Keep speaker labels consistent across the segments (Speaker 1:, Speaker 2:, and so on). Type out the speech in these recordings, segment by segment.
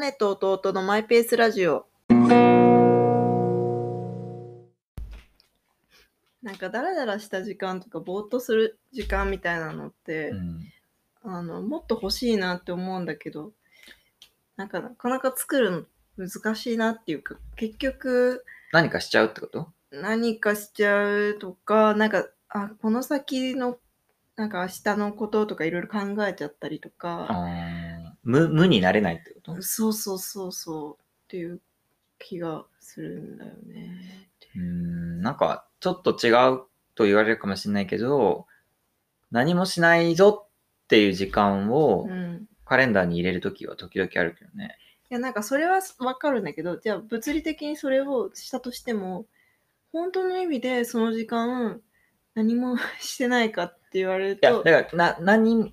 Speaker 1: 姉と弟のマイペースラジオ。なんかダラダラした時間とかぼーっとする時間みたいなのって、
Speaker 2: うん
Speaker 1: あのもっと欲しいなって思うんだけどなんかなかなか作るの難しいなっていうか結局
Speaker 2: 何かしちゃうってこと
Speaker 1: 何かしちゃうとかなんかあこの先のなんか明日のこととかいろいろ考えちゃったりとか、
Speaker 2: あー無無になれないってこと
Speaker 1: そうそうそうそうっていう気がするんだよね。
Speaker 2: うんなんかちょっと違うと言われるかもしれないけど何もしないぞっていう時間を
Speaker 1: うん
Speaker 2: カレンダーに入れるときは時々あるけどね。
Speaker 1: いやなんかそれはわかるんだけどじゃあ物理的にそれをしたとしても本当の意味でその時間何もしてないかって言われる
Speaker 2: いや
Speaker 1: と、
Speaker 2: だからな何も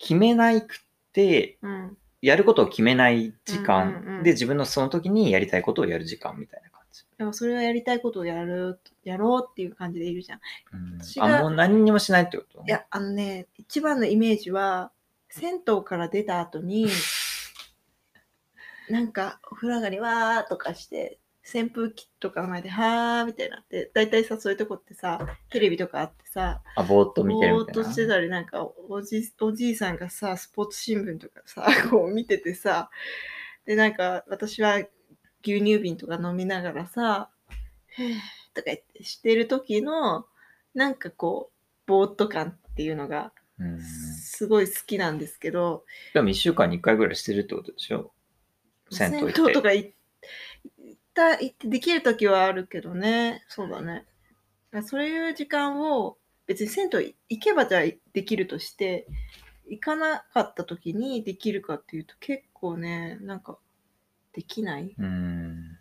Speaker 2: 決めないくって
Speaker 1: うん、
Speaker 2: やることを決めない時
Speaker 1: うんうんう
Speaker 2: 間
Speaker 1: ん
Speaker 2: で自分のその時にやりたいことをやる時間みたいな感じ。
Speaker 1: でもそれはやりたいことをやるやろうっていう感じでいるじゃん。
Speaker 2: うん
Speaker 1: 私が
Speaker 2: あもう何にもしないってこと
Speaker 1: いやあのね一番のイメージは銭湯から出た後 になんかお風呂上がりわーとかして扇風機とかの前ではーみたいになって大体さそういうとこってさテレビとかあってさ
Speaker 2: あぼーっと見てる
Speaker 1: ぼ
Speaker 2: み
Speaker 1: ー
Speaker 2: た
Speaker 1: っ
Speaker 2: いな。
Speaker 1: としてたりなんかおじおじいさんがさスポーツ新聞とかさ こう見ててさでなんか私は牛乳瓶とか飲みながらさ「へーとか言ってしてる時のなんかこうぼーっと感っていうのが
Speaker 2: うん
Speaker 1: すごい好きなんですけど、
Speaker 2: でも1週間に1回ぐらいしてるってことでしょ銭湯行
Speaker 1: 銭
Speaker 2: っ
Speaker 1: 湯
Speaker 2: て
Speaker 1: とか行った行ってできる時はあるけどねそうだねだからそういう時間を別に銭湯行けばじゃあできるとして行かなかった時にできるかっていうと結構ねなんかできないっ
Speaker 2: うん。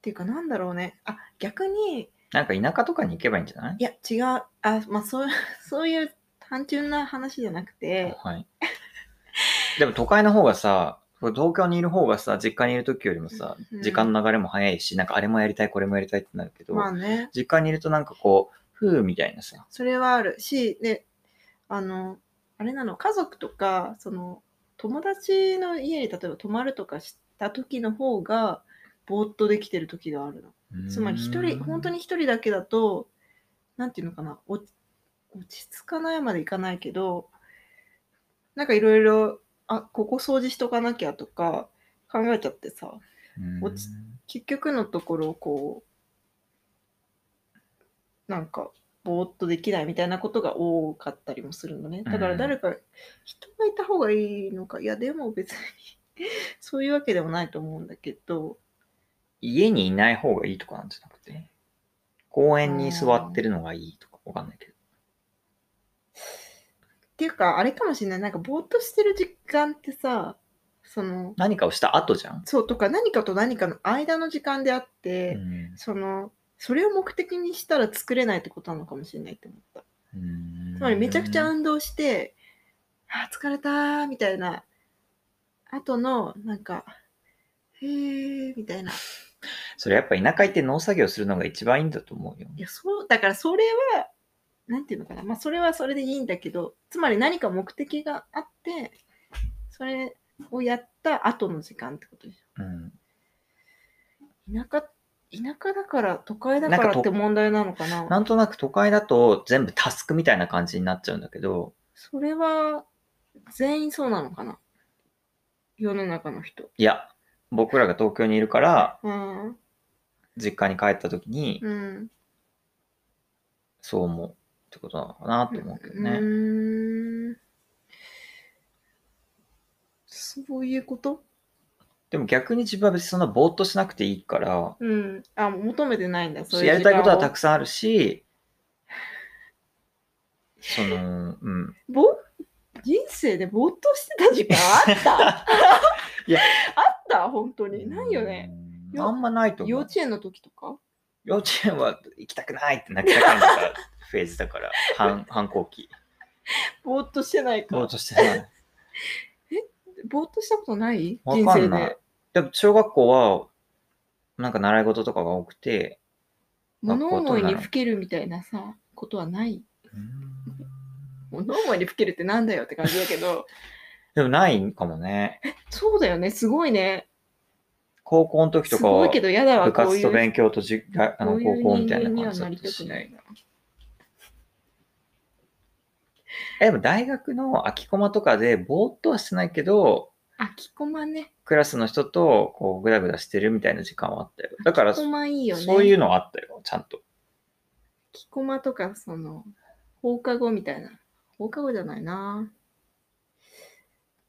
Speaker 1: ていうかなんだろうねあ逆に
Speaker 2: なんか田舎とかに行けばいいんじゃない
Speaker 1: いや違うあまあそう そういう単純な話じゃなくて
Speaker 2: はい。でも都会の方がさ、東京にいる方がさ、実家にいる時よりもさ
Speaker 1: うん、
Speaker 2: 時間の流れも早いし、なんかあれもやりたい、これもやりたいってなるけど、
Speaker 1: まあね
Speaker 2: 実家にいるとなんかこう、ふうみたいなさ、
Speaker 1: それはあるしであのあれなの家族とかその友達の家に例えば泊まるとかした時の方がぼーっとできてる時があるのつまり一人本当
Speaker 2: に。
Speaker 1: に一人だけだとなんていうのかな落ち落ち着かないまでいかないけどなんかいろいろあここ掃除しとかなきゃとか考えちゃってさ
Speaker 2: うん
Speaker 1: 落ち結局のところこうなんかぼーっとできないみたいなことが多かったりもするのねだか
Speaker 2: う
Speaker 1: ら
Speaker 2: ん
Speaker 1: 誰か人がいた方がいいのかいやでも別にそういうわけでもないと思うんだけど
Speaker 2: 家にいない方がいいとかなんじゃなくて、公園に座ってるのがいいとか、わかんないけど。
Speaker 1: っていうかあれかもしれないなんかぼーっとしてる時間ってさその
Speaker 2: 何かをした後じゃん。
Speaker 1: そうとか何かと何かの間の時間であって、
Speaker 2: うん
Speaker 1: そのそれを目的にしたら作れないってことなのかもしれないって思った。
Speaker 2: うん
Speaker 1: つまりめちゃくちゃ運動して、あー疲れたーみたいな、後の、なんか、へーみたいな。
Speaker 2: それやっぱ田舎行って農作業するのが一番いいんだと思うよ。
Speaker 1: いや、そう、だからそれは、なんていうのかな、まあそれはそれでいいんだけど、つまり何か目的があって、それをやった後の時間ってことでし
Speaker 2: うん、
Speaker 1: ょ。田舎、田舎だから、都会だ
Speaker 2: なん
Speaker 1: か
Speaker 2: からと
Speaker 1: って問題なのかな。
Speaker 2: なんとなく都会だと全部タスクみたいな感じになっちゃうんだけど、
Speaker 1: それは、全員そうなのかな。世の中の人。
Speaker 2: いや、僕らが東京にいるから、
Speaker 1: うん。
Speaker 2: 実家に帰った時に
Speaker 1: うん。
Speaker 2: そう思うってことなのかなと思うけど
Speaker 1: う
Speaker 2: ね。
Speaker 1: ーんそういうこと
Speaker 2: でも逆に自分は別にそんなぼーっとしなくていいから、
Speaker 1: うん。あ、求めてないんだ。そういう
Speaker 2: やりたいことはたく
Speaker 1: さ
Speaker 2: さんあるし、その、うん。
Speaker 1: ん。ぼ人生でぼーっとしてた時 間あった
Speaker 2: いや
Speaker 1: あった本当に。ないよね。
Speaker 2: うん。あんまないと
Speaker 1: 幼
Speaker 2: 思う。
Speaker 1: 稚園の時とか
Speaker 2: 幼稚園は行きたくないって泣きたくなったフェーズだから、 反反抗期。
Speaker 1: ぼーっとしてないか
Speaker 2: ぼー
Speaker 1: ら
Speaker 2: っ。としてない。
Speaker 1: ぼーっとしたことない
Speaker 2: わ
Speaker 1: 人
Speaker 2: か
Speaker 1: 生
Speaker 2: んない
Speaker 1: で。。
Speaker 2: でも小学校は、なんか習い事とかが多くて、
Speaker 1: 物思い
Speaker 2: 学校とな
Speaker 1: に
Speaker 2: の
Speaker 1: ふけるみたいなさ、 ことはない。物思いにふけるってなんだよって感じだけど。
Speaker 2: でもないかもね。
Speaker 1: そうだよね。すごいね。
Speaker 2: 高校の時と
Speaker 1: す
Speaker 2: か
Speaker 1: ごい
Speaker 2: は
Speaker 1: け、ど嫌だわ。
Speaker 2: 部
Speaker 1: こう
Speaker 2: 活
Speaker 1: い
Speaker 2: と
Speaker 1: う。
Speaker 2: 勉強とじあ
Speaker 1: こ
Speaker 2: の
Speaker 1: ういう
Speaker 2: 高校みたいな
Speaker 1: 人間に
Speaker 2: 感
Speaker 1: は
Speaker 2: じだ
Speaker 1: な
Speaker 2: っ
Speaker 1: り
Speaker 2: た
Speaker 1: たく
Speaker 2: し。
Speaker 1: ないな。
Speaker 2: えでも大学の空きコマとかで、ぼーっとはしてないけど、
Speaker 1: あ、きこまね。
Speaker 2: クラスの人とこうグダグダしてるみたいな時間はあったよ。だから、
Speaker 1: きこまいいよね。
Speaker 2: そういうのあったよ、ちゃんと。
Speaker 1: きこまとか、その、放課後みたいな。放課後じゃないな。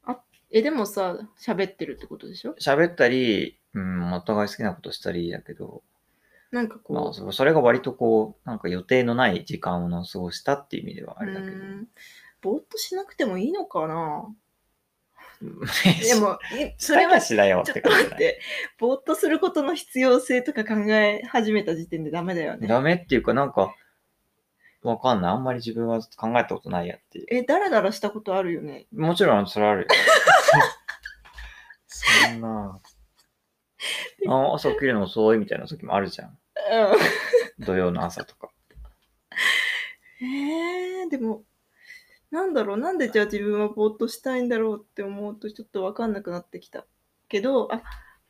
Speaker 1: あ、え、でもさ、喋ってるってことでしょ
Speaker 2: 喋ったり、うん、お互い好きなことしたりだけど、
Speaker 1: なんかこう。
Speaker 2: まあ、そそれが割とこう、なんか予定のない時間を過ごしたっていう意味ではあれだけど
Speaker 1: う。ーんぼーっとしなくてもいいのかなで
Speaker 2: で、
Speaker 1: も、い
Speaker 2: そ
Speaker 1: そ
Speaker 2: れ
Speaker 1: れは
Speaker 2: はしだよっ
Speaker 1: ちょ
Speaker 2: て
Speaker 1: っと
Speaker 2: 感
Speaker 1: 待
Speaker 2: じ
Speaker 1: っ
Speaker 2: だね。
Speaker 1: て、ぼーっとすることの必要性とか考え始めた時点でダメだよね。
Speaker 2: ダメっていうか、なんか、わかんない。あんまり自分は考えたことないやっていう。
Speaker 1: え、だらだらしたことあるよね。
Speaker 2: もちろん、それはあ るよ。そんな。あ朝起きるの遅いみたいな時もあるじゃん。土曜の朝とか。
Speaker 1: うん。えー、でも、なんだろう、なんでじゃあ自分はぼーっとしたいんだろうって思うとちょっとわかんなくなってきた。けど、あ、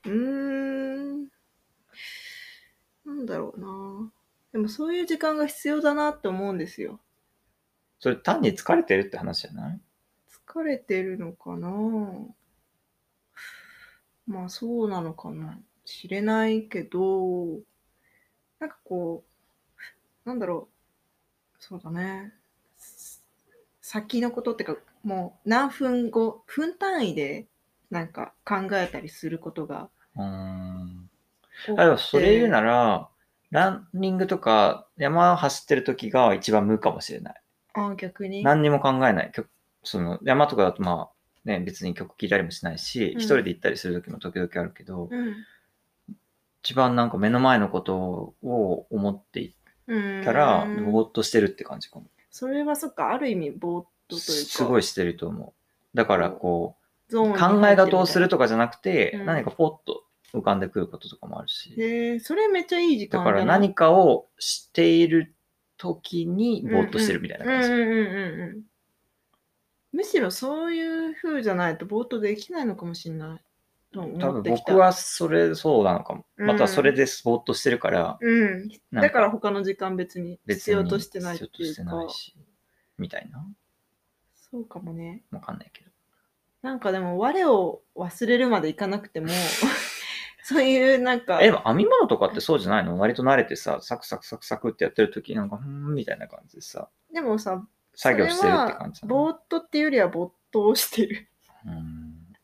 Speaker 1: うーん。なんだろうな。でもそういう時間が必要だなって思うんですよ。
Speaker 2: それ単に疲れてるって話じゃない
Speaker 1: 疲れてるのかなまあそうなのかな知れないけどなんかこうなんだろうそうだねす先のことってかもう何分後分単位でなんか考えたりすることが
Speaker 2: うーん。
Speaker 1: 多くて
Speaker 2: あでもそれ言うなら、ランニングとか山走ってる時が一番無かもしれない。
Speaker 1: あ逆に
Speaker 2: 何にも考えない。曲その山とかだとまあ、ね、別に曲聴いたりもしないし、
Speaker 1: うん
Speaker 2: 一人で行ったりする時も時々あるけど、
Speaker 1: うん
Speaker 2: 一番なんか目の前のことを思ってい
Speaker 1: うん
Speaker 2: たら、ぼーっとしてるって感じかも。
Speaker 1: それはそっかある意味ぼーっとというか
Speaker 2: すごいしてると思う。だからこ
Speaker 1: ゾーン
Speaker 2: う、
Speaker 1: に入ってるみ
Speaker 2: 考
Speaker 1: た
Speaker 2: え
Speaker 1: いな
Speaker 2: 事をするとかじゃなくて、
Speaker 1: うん
Speaker 2: 何かポッと浮かんでくることとかもあるし、
Speaker 1: へえそれめっちゃいい時間
Speaker 2: だから
Speaker 1: な
Speaker 2: 何かをしている時にぼーっとしてるみたいな感じ。
Speaker 1: うんうんうんうんうんむしろそういう風じゃないと冒頭できないのかもしれないと
Speaker 2: 多
Speaker 1: 思
Speaker 2: 分
Speaker 1: ってきた。
Speaker 2: 僕はそれ、そうなのかも。
Speaker 1: うん
Speaker 2: またそれでぼーっとしてるから、
Speaker 1: うん、
Speaker 2: なん
Speaker 1: だから他の時間別に必要としてないって
Speaker 2: 必要
Speaker 1: い
Speaker 2: として
Speaker 1: う
Speaker 2: な
Speaker 1: か
Speaker 2: いし、みたいな。
Speaker 1: そうかもね
Speaker 2: わかんないけど。
Speaker 1: なんかでも我を忘れるまでいかなくても そういうなんか
Speaker 2: え、でも編み物とかってそうじゃないの割と慣れてさ、サクサクサクサクってやってる時なんか、うーん、みたいな感じでさ、
Speaker 1: でもさ
Speaker 2: 作業してるって感じ
Speaker 1: そ
Speaker 2: な
Speaker 1: れはぼ
Speaker 2: の
Speaker 1: ーっとっていうよりはぼーっとをしてる
Speaker 2: うーん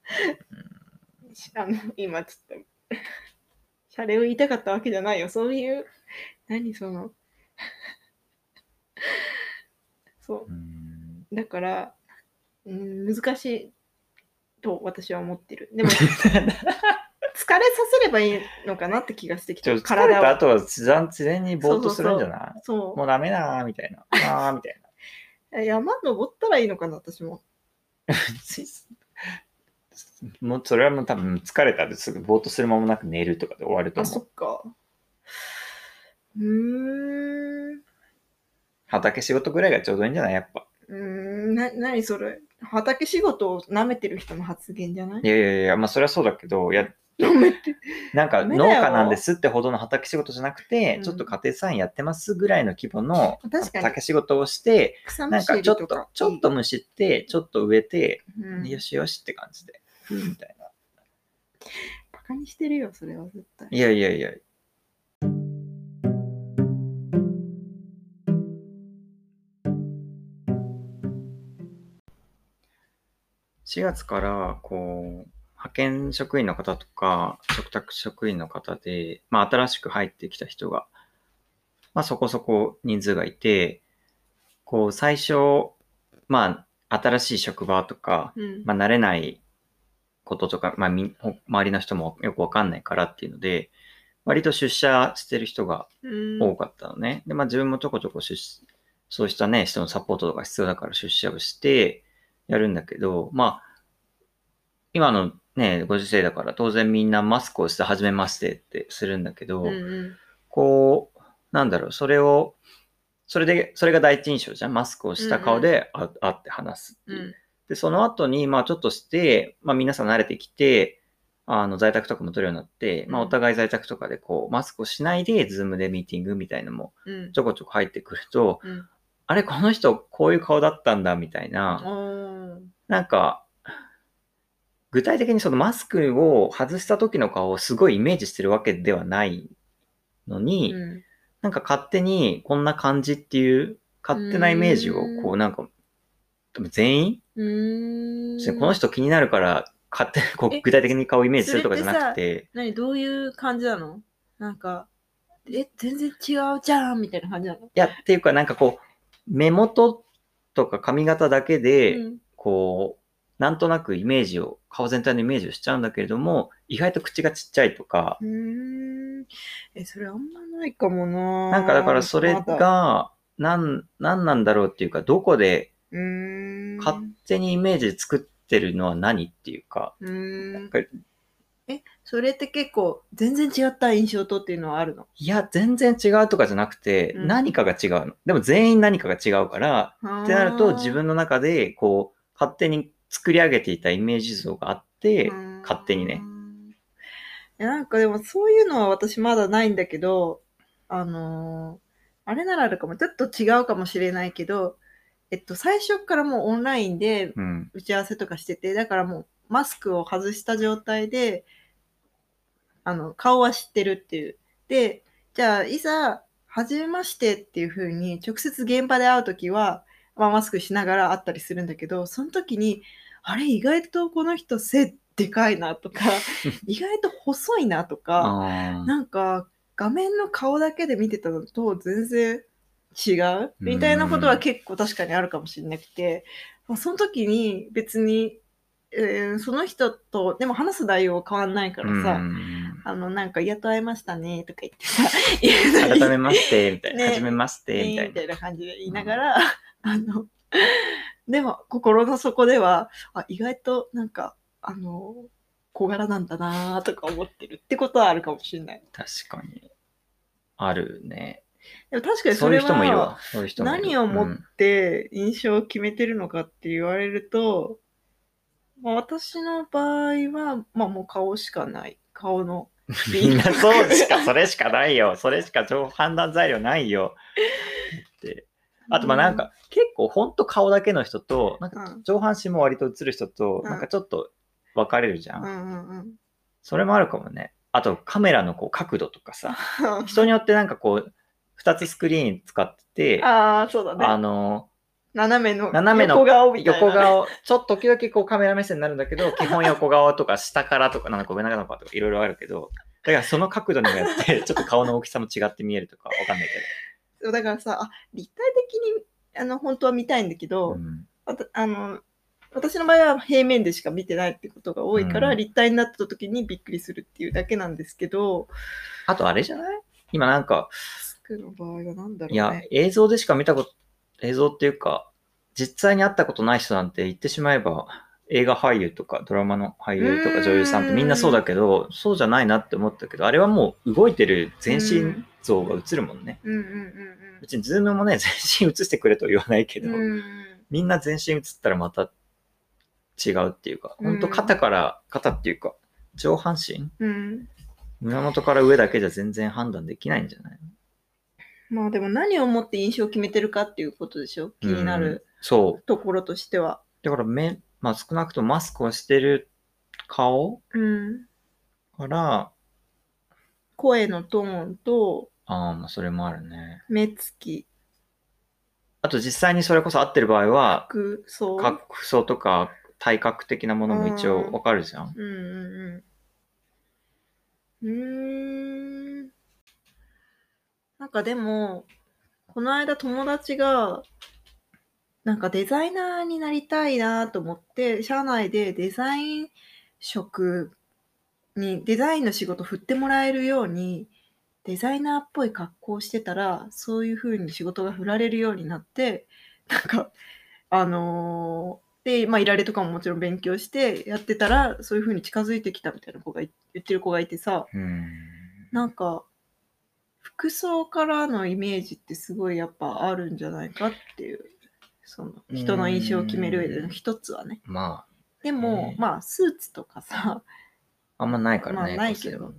Speaker 1: あの今ちょっとシャレを言いたかったわけじゃないよそういう何その そう
Speaker 2: うーん。
Speaker 1: だから、うん、難しいと私は思ってる。でも、疲れさせればいいのかなって気がしてき
Speaker 2: ちょ
Speaker 1: た。
Speaker 2: っと疲れた
Speaker 1: は。
Speaker 2: 後は自然自然にぼーっとするんじゃない
Speaker 1: そ
Speaker 2: もうダメだーみたいな。あーみたいな。
Speaker 1: う。山登ったらいいのかな、私も。
Speaker 2: もうそれはもう多分疲れたですぐぼーっとする間もなく寝るとかで終わると
Speaker 1: あ、
Speaker 2: 思。
Speaker 1: そうっか。うーん。う
Speaker 2: 畑仕事ぐらいがちょうどいいんじゃないやっぱ。
Speaker 1: ーん。な、なにそれ。畑仕事を舐めてる人の発言じゃない
Speaker 2: いやいやいや、まあそれはそうだけど、いや、
Speaker 1: 舐めて
Speaker 2: なんか
Speaker 1: ダメ
Speaker 2: 農
Speaker 1: だよ
Speaker 2: 家なんですってほどの畑仕事じゃなくて、
Speaker 1: うん
Speaker 2: ちょっと家庭菜園やってますぐらいの規模の
Speaker 1: 確かに
Speaker 2: 畑仕事をして、
Speaker 1: 草む
Speaker 2: なん
Speaker 1: し
Speaker 2: か
Speaker 1: り
Speaker 2: ちょ
Speaker 1: と
Speaker 2: っと
Speaker 1: か、。
Speaker 2: ちょっとむしって、ちょっと植えて、
Speaker 1: うん。
Speaker 2: よしよしって感じで、みたいな。
Speaker 1: バカにしてるよ、それは絶対。
Speaker 2: いやいやいや。4月からこう派遣職員の方とか嘱託職員の方で、まあ、新しく入ってきた人が、まあ、そこそこ人数がいてこう最初、まあ、新しい職場とか
Speaker 1: うん。
Speaker 2: まあ、慣れないこととか、まあ、みんほ周りの人もよくわかんないからっていうので、割と出社してる人が
Speaker 1: うん
Speaker 2: 多かったのね。で、まあ、自分もちょこちょこ出社、そうしたね、人のサポートとか必要だから出社をしてやるんだけど、まあ、今のね、ご時世だから当然みんなマスクをして初めましてってするんだけど、
Speaker 1: うんうん。
Speaker 2: こう、なんだろう、それを、それで、それが第一印象じゃん。マスクをした顔で、あ、あって話すっていう。
Speaker 1: うん
Speaker 2: で、その後に、まあちょっとして、まあ皆さん慣れてきて、あの、在宅とかも取るようになって、まあ
Speaker 1: う
Speaker 2: お
Speaker 1: ん
Speaker 2: 互い在宅とかでこう、マスクをしないで、ズームでミーティングみたいのも
Speaker 1: うん
Speaker 2: ちょこちょこ入ってくると、
Speaker 1: うん
Speaker 2: あれ、この人こういう顔だったんだ、みたいな、
Speaker 1: おー
Speaker 2: なんか、具体的にそのマスクを外した時の顔をすごいイメージしてるわけではないのに、
Speaker 1: うん
Speaker 2: なんか勝手にこんな感じっていう勝手なイメージを
Speaker 1: うん
Speaker 2: こうなんか、多分全員、
Speaker 1: うーん
Speaker 2: この人気になるから勝手にこ
Speaker 1: え
Speaker 2: う具体的に顔をイメージするとかじゃなくて、
Speaker 1: 何どういう感じなのなんか、え、全然違うじゃんみたいな感じなの
Speaker 2: いや、っていうかなんかこう、目元とか髪型だけで、
Speaker 1: うん
Speaker 2: こう、なんとなくイメージを、顔全体のイメージをしちゃうんだけれども、意外と口がちっちゃいとか、
Speaker 1: うーん。え、それあんまないかもな。
Speaker 2: なんかだからそれ
Speaker 1: まだ、
Speaker 2: が、なん、なんなんだろうっていうか、どこで
Speaker 1: うーん。
Speaker 2: 勝手にイメージ作ってるのは何っていうか、
Speaker 1: うーん
Speaker 2: かり。
Speaker 1: え、それって結構、全然違った印象とっていうのはあるの
Speaker 2: いや、全然違うとかじゃなくて、
Speaker 1: うん
Speaker 2: 何かが違うの。でも全員何かが違うから、
Speaker 1: っ
Speaker 2: ってなると自分の中で、こう、勝手に作り上げていたイメージ像があって、勝手にね。
Speaker 1: いやなんかでもそういうのは私まだないんだけど、あのーあれならあるかも、ちょっと違うかもしれないけど、えっと、最初からもうオンラインで
Speaker 2: うん。
Speaker 1: 打ち合わせとかしてて、だからもうマスクを外した状態で、あの、顔は知ってるっていう。で、じゃあ、いざ、初めましてっていう風に、直接現場で会うときは、まあ、マスクしながら会ったりするんだけど、その時に、あれ、意外とこの人背でかいなと か、意外と細いなとか、
Speaker 2: あー
Speaker 1: なんか画面の顔だけで見てたのと全然違う
Speaker 2: うん
Speaker 1: みたいなことは結構確かにあるかもしれなくて、まあ、その時に別に、えーその人とでも話す内容は変わんないからさ、
Speaker 2: うん
Speaker 1: あのなんか「やっと会えましたね」とか言ってさ 「言うのに
Speaker 2: 改め まして、みたいな。
Speaker 1: ね
Speaker 2: はじめまして、みた
Speaker 1: ね み
Speaker 2: い
Speaker 1: た
Speaker 2: な。
Speaker 1: いな感じで言いながら、あの、 でも心の底では、あ、意外となんか、あの、小柄なんだなとか思ってるってことはあるかもしれない。
Speaker 2: 確かに。あるね。
Speaker 1: でも確かに
Speaker 2: そ
Speaker 1: そう
Speaker 2: い
Speaker 1: れ
Speaker 2: う人もいる
Speaker 1: は
Speaker 2: わ。そういう人もいる
Speaker 1: 何を
Speaker 2: う
Speaker 1: もっ
Speaker 2: ん
Speaker 1: て印象を決めてるのかって言われると、まあ、私の場合は、まあもう顔しかない。顔の。
Speaker 2: みんなそう しか、それしかないよ。それしか情報判断材料ないよ。ってあと、まあなんか、結構ほんと顔だけの人と、なん
Speaker 1: う
Speaker 2: か
Speaker 1: ん、
Speaker 2: 上半身も割と映る人と、
Speaker 1: うん
Speaker 2: なんかちょっと分かれるじゃ。
Speaker 1: うんんうん
Speaker 2: それもあるかもね。あとカメラのこう角度とかさ、
Speaker 1: うん。
Speaker 2: 人によってなんかこう、2つスクリーン使ってて、あ
Speaker 1: ああ、そうだね。
Speaker 2: の、
Speaker 1: 斜めの
Speaker 2: 斜めの
Speaker 1: 横顔みたいなね、
Speaker 2: 横顔、ちょっと時々こうカメラ目線になるんだ けど、基本横顔とか下からとか、なんか上からとかとかいろいろあるけど、だからその角度にもよって、ちょっと顔の大きさも違って見えるとかわかんないけど。
Speaker 1: そうだからさ、あ立体的にあの本当は見たいんだけど、
Speaker 2: うん
Speaker 1: あとあの私の場合は平面でしか見てないってことが多いから、
Speaker 2: うん
Speaker 1: 立体になった時にびっくりするっていうだけなんですけど、
Speaker 2: あとあれじゃない今なんか、
Speaker 1: スクの場合は何だろ
Speaker 2: いうや
Speaker 1: ね。、
Speaker 2: 映像でしか見たこと、映像っていうか、実際に会ったことない人なんて言ってしまえば、映画俳優とかドラマの俳優と
Speaker 1: うー
Speaker 2: か
Speaker 1: ん
Speaker 2: 女優さんってみんなそうだけど、そうじゃないなって思ったけど、あれはもう動いてる全身像が映るもんね。
Speaker 1: うんうん
Speaker 2: 別にズームもね、全身映してくれとは言わないけ
Speaker 1: うんう
Speaker 2: ど、
Speaker 1: ん。うん
Speaker 2: みんな全身映ったらまた違うっていうか、ほんと
Speaker 1: うん
Speaker 2: 肩から、肩っていうか、上半身
Speaker 1: うん、
Speaker 2: 胸元から上だけじゃ全然判断できないんじゃない
Speaker 1: まあでも何をもって印象を決めてるかっていうことでしょ気にな
Speaker 2: うん
Speaker 1: る
Speaker 2: そう。
Speaker 1: ところとしては。
Speaker 2: だから目、まあ少なくともマスクをしてる顔
Speaker 1: うん、
Speaker 2: から、
Speaker 1: 声のトーンと
Speaker 2: ああ、まあそれもあるね。
Speaker 1: 目つき、
Speaker 2: あと実際にそれこそ会ってる場合は、
Speaker 1: 服装。
Speaker 2: 格装とか体格的なものも一応わかるじゃん。
Speaker 1: うんうんうん。うーん。なんかでも、この間友達が、なんかデザイナーになりたいなと思って、社内でデザイン職に、デザインの仕事振ってもらえるように、デザイナーっぽい格好をしてたら、そういう風に仕事が振られるようになって、なんか、あのーで、まあ、いられとかももちろん勉強してやってたら、そういう風に近づいてきたみたいな子がい言ってる子がいてさ、
Speaker 2: うん。
Speaker 1: なんか、服装からのイメージってすごいやっぱあるんじゃないかっていう。その人の印象を決める上での一つはね。
Speaker 2: ま
Speaker 1: でも
Speaker 2: う、ん
Speaker 1: まあ、スーツとかさ、
Speaker 2: あ、あんまないからね。
Speaker 1: まあないけど
Speaker 2: 個性は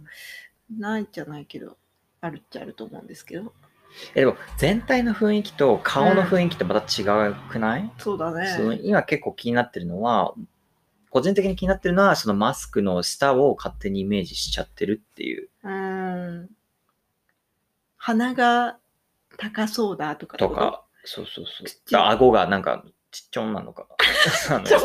Speaker 1: ないじゃないけど、あるっちゃあると思うんですけど。
Speaker 2: え、でも全体の雰囲気と顔の雰囲気ってまた違くない、
Speaker 1: そうだ
Speaker 2: その
Speaker 1: ね。
Speaker 2: 今結構気になってるのは、個人的に気になってるのは、そのマスクの下を勝手にイメージしちゃってるっていう。
Speaker 1: うーん。鼻が高そうだとかって
Speaker 2: と
Speaker 1: こと。
Speaker 2: か、そうそうそう。
Speaker 1: 口
Speaker 2: だ顎がなんかちっちょんなのか、 あの
Speaker 1: ちょん、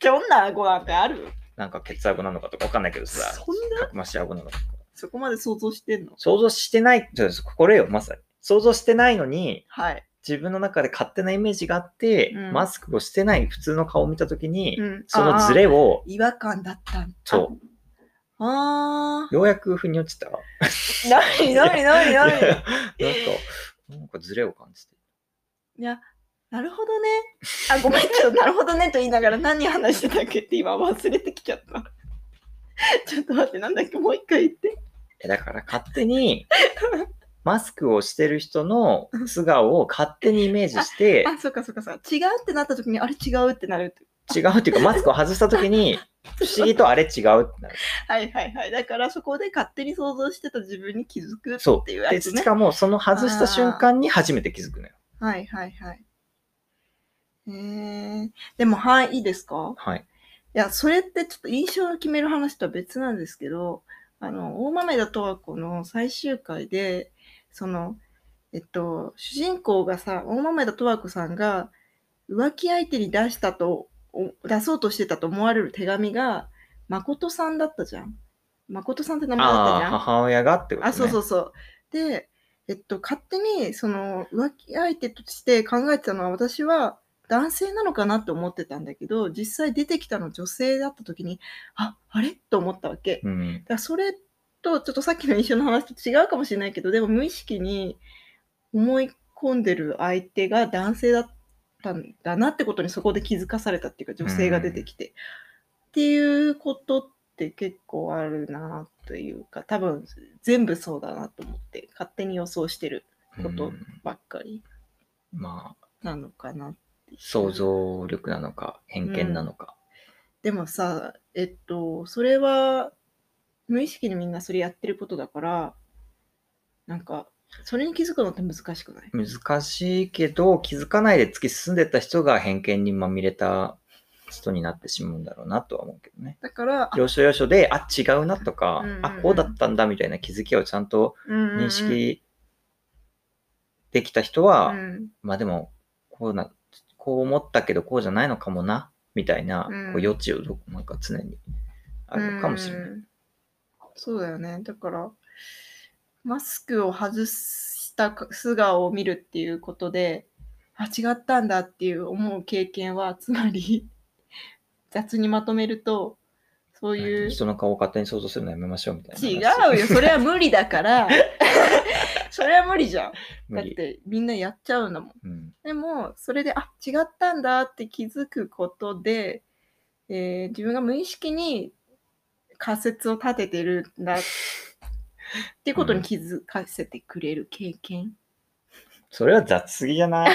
Speaker 1: ちょんな顎なんてある
Speaker 2: なんかケツ顎なのかとかわかんないけどさ、
Speaker 1: そんな
Speaker 2: たくましい顎なのか。
Speaker 1: そこまで想像してんの
Speaker 2: 想像してない、そうですこれよ、まさに。想像してないのに、
Speaker 1: はい。
Speaker 2: 自分の中で勝手なイメージがあって、
Speaker 1: うん
Speaker 2: マスクをしてない普通の顔を見たときに、
Speaker 1: うん
Speaker 2: そのズレを、
Speaker 1: 違和感だったんだ。。
Speaker 2: そう
Speaker 1: あ
Speaker 2: ようやく腑に落ちた。
Speaker 1: ー。なになになになに
Speaker 2: いや なんか、なんかズレを感じて。
Speaker 1: いや、なるほどね。あ、ごめん、ちょっとなるほどねと言いながら何話してたっけって今忘れてきちゃった。 ちょっと待って、なんだっけ、もう一回言って。
Speaker 2: えだから勝手 に、マスクをしてる人の素顔を勝手にイメージして、
Speaker 1: あ、そっかそっかそっか。違うってなった時に、あれ違うってなるって。
Speaker 2: 違うっていうか、マスクを外したとき に、不思議とあれ違うってなる。
Speaker 1: はいはいはい。だからそこで勝手に想像してた自分に気づく
Speaker 2: そ
Speaker 1: っ
Speaker 2: う。
Speaker 1: ていう
Speaker 2: で、
Speaker 1: やつ
Speaker 2: し
Speaker 1: ね。
Speaker 2: かも、その外した瞬間に初めて気づくのよ。
Speaker 1: はいはいはい。えー、でも範囲ですか
Speaker 2: はい。
Speaker 1: いや、それってちょっと印象を決める話とは別なんですけど、あの、大豆田とわ子の最終回で、その、えっと、主人公がさ、大豆田とわ子さんが浮気相手に出したと、お出そうとしてたと思われる手紙が、誠さんだったじゃん。誠さんって名前だった
Speaker 2: あ
Speaker 1: じゃ
Speaker 2: あー、
Speaker 1: ん。
Speaker 2: 母親がってことね。
Speaker 1: あ、そうそうそう。で、えっと、勝手に、その、浮気相手として考えてたのは、私は男性なのかなって思ってたんだけど、実際出てきたの女性だった時に、あ、あれと思ったわけ。
Speaker 2: うん
Speaker 1: だからそれと、ちょっとさっきの印象の話と違うかもしれないけど、でも無意識に思い込んでる相手が男性だったんだなってことにそこで気づかされたっていうか、女性が出てきて。っていうことって結構あるなというか、多分全部そうだなと思って、勝手に予想してること
Speaker 2: うん
Speaker 1: ばっかり
Speaker 2: まあ、
Speaker 1: なのかなっていう
Speaker 2: 想像力なのか、偏見なのか。
Speaker 1: でもさ、えっと、それは無意識にみんなそれやってることだから、なんか、それに気づくのって難しくない
Speaker 2: 難しいけど、気づかないで突き進んでった人が偏見にまみれた人になってしまうんだろうなとは思うけどね。
Speaker 1: だから、
Speaker 2: 要所要所で、あ、違うなとか、
Speaker 1: うんうんうん
Speaker 2: あ、こうだったんだみたいな気づきをちゃんと認
Speaker 1: 認
Speaker 2: 識できた人は、
Speaker 1: うん
Speaker 2: まあでも、こうな、こう思ったけど、こうじゃないのかもな、みたいな、
Speaker 1: うん
Speaker 2: こう余地をどこなんか常にあるのかもしれない。
Speaker 1: うんそうだよね。だから、マスクを外した素顔を見るっていうことで、あ、違ったんだっていう思う経験は、つまり、 雑にまとめると、そういう
Speaker 2: 人の顔を勝手に想像するのやめましょうみたい
Speaker 1: 違
Speaker 2: な話。
Speaker 1: うよ、それは無理だから。 それは無理じゃん。
Speaker 2: 無
Speaker 1: だっ
Speaker 2: 理。
Speaker 1: てみんなやっちゃうんだもん。
Speaker 2: うん。
Speaker 1: でも、それで、あ違ったんだって気づくことで、えー自分が無意識に仮説を立ててるんだってことに気づかせてくれる経験。
Speaker 2: それは雑すぎじゃない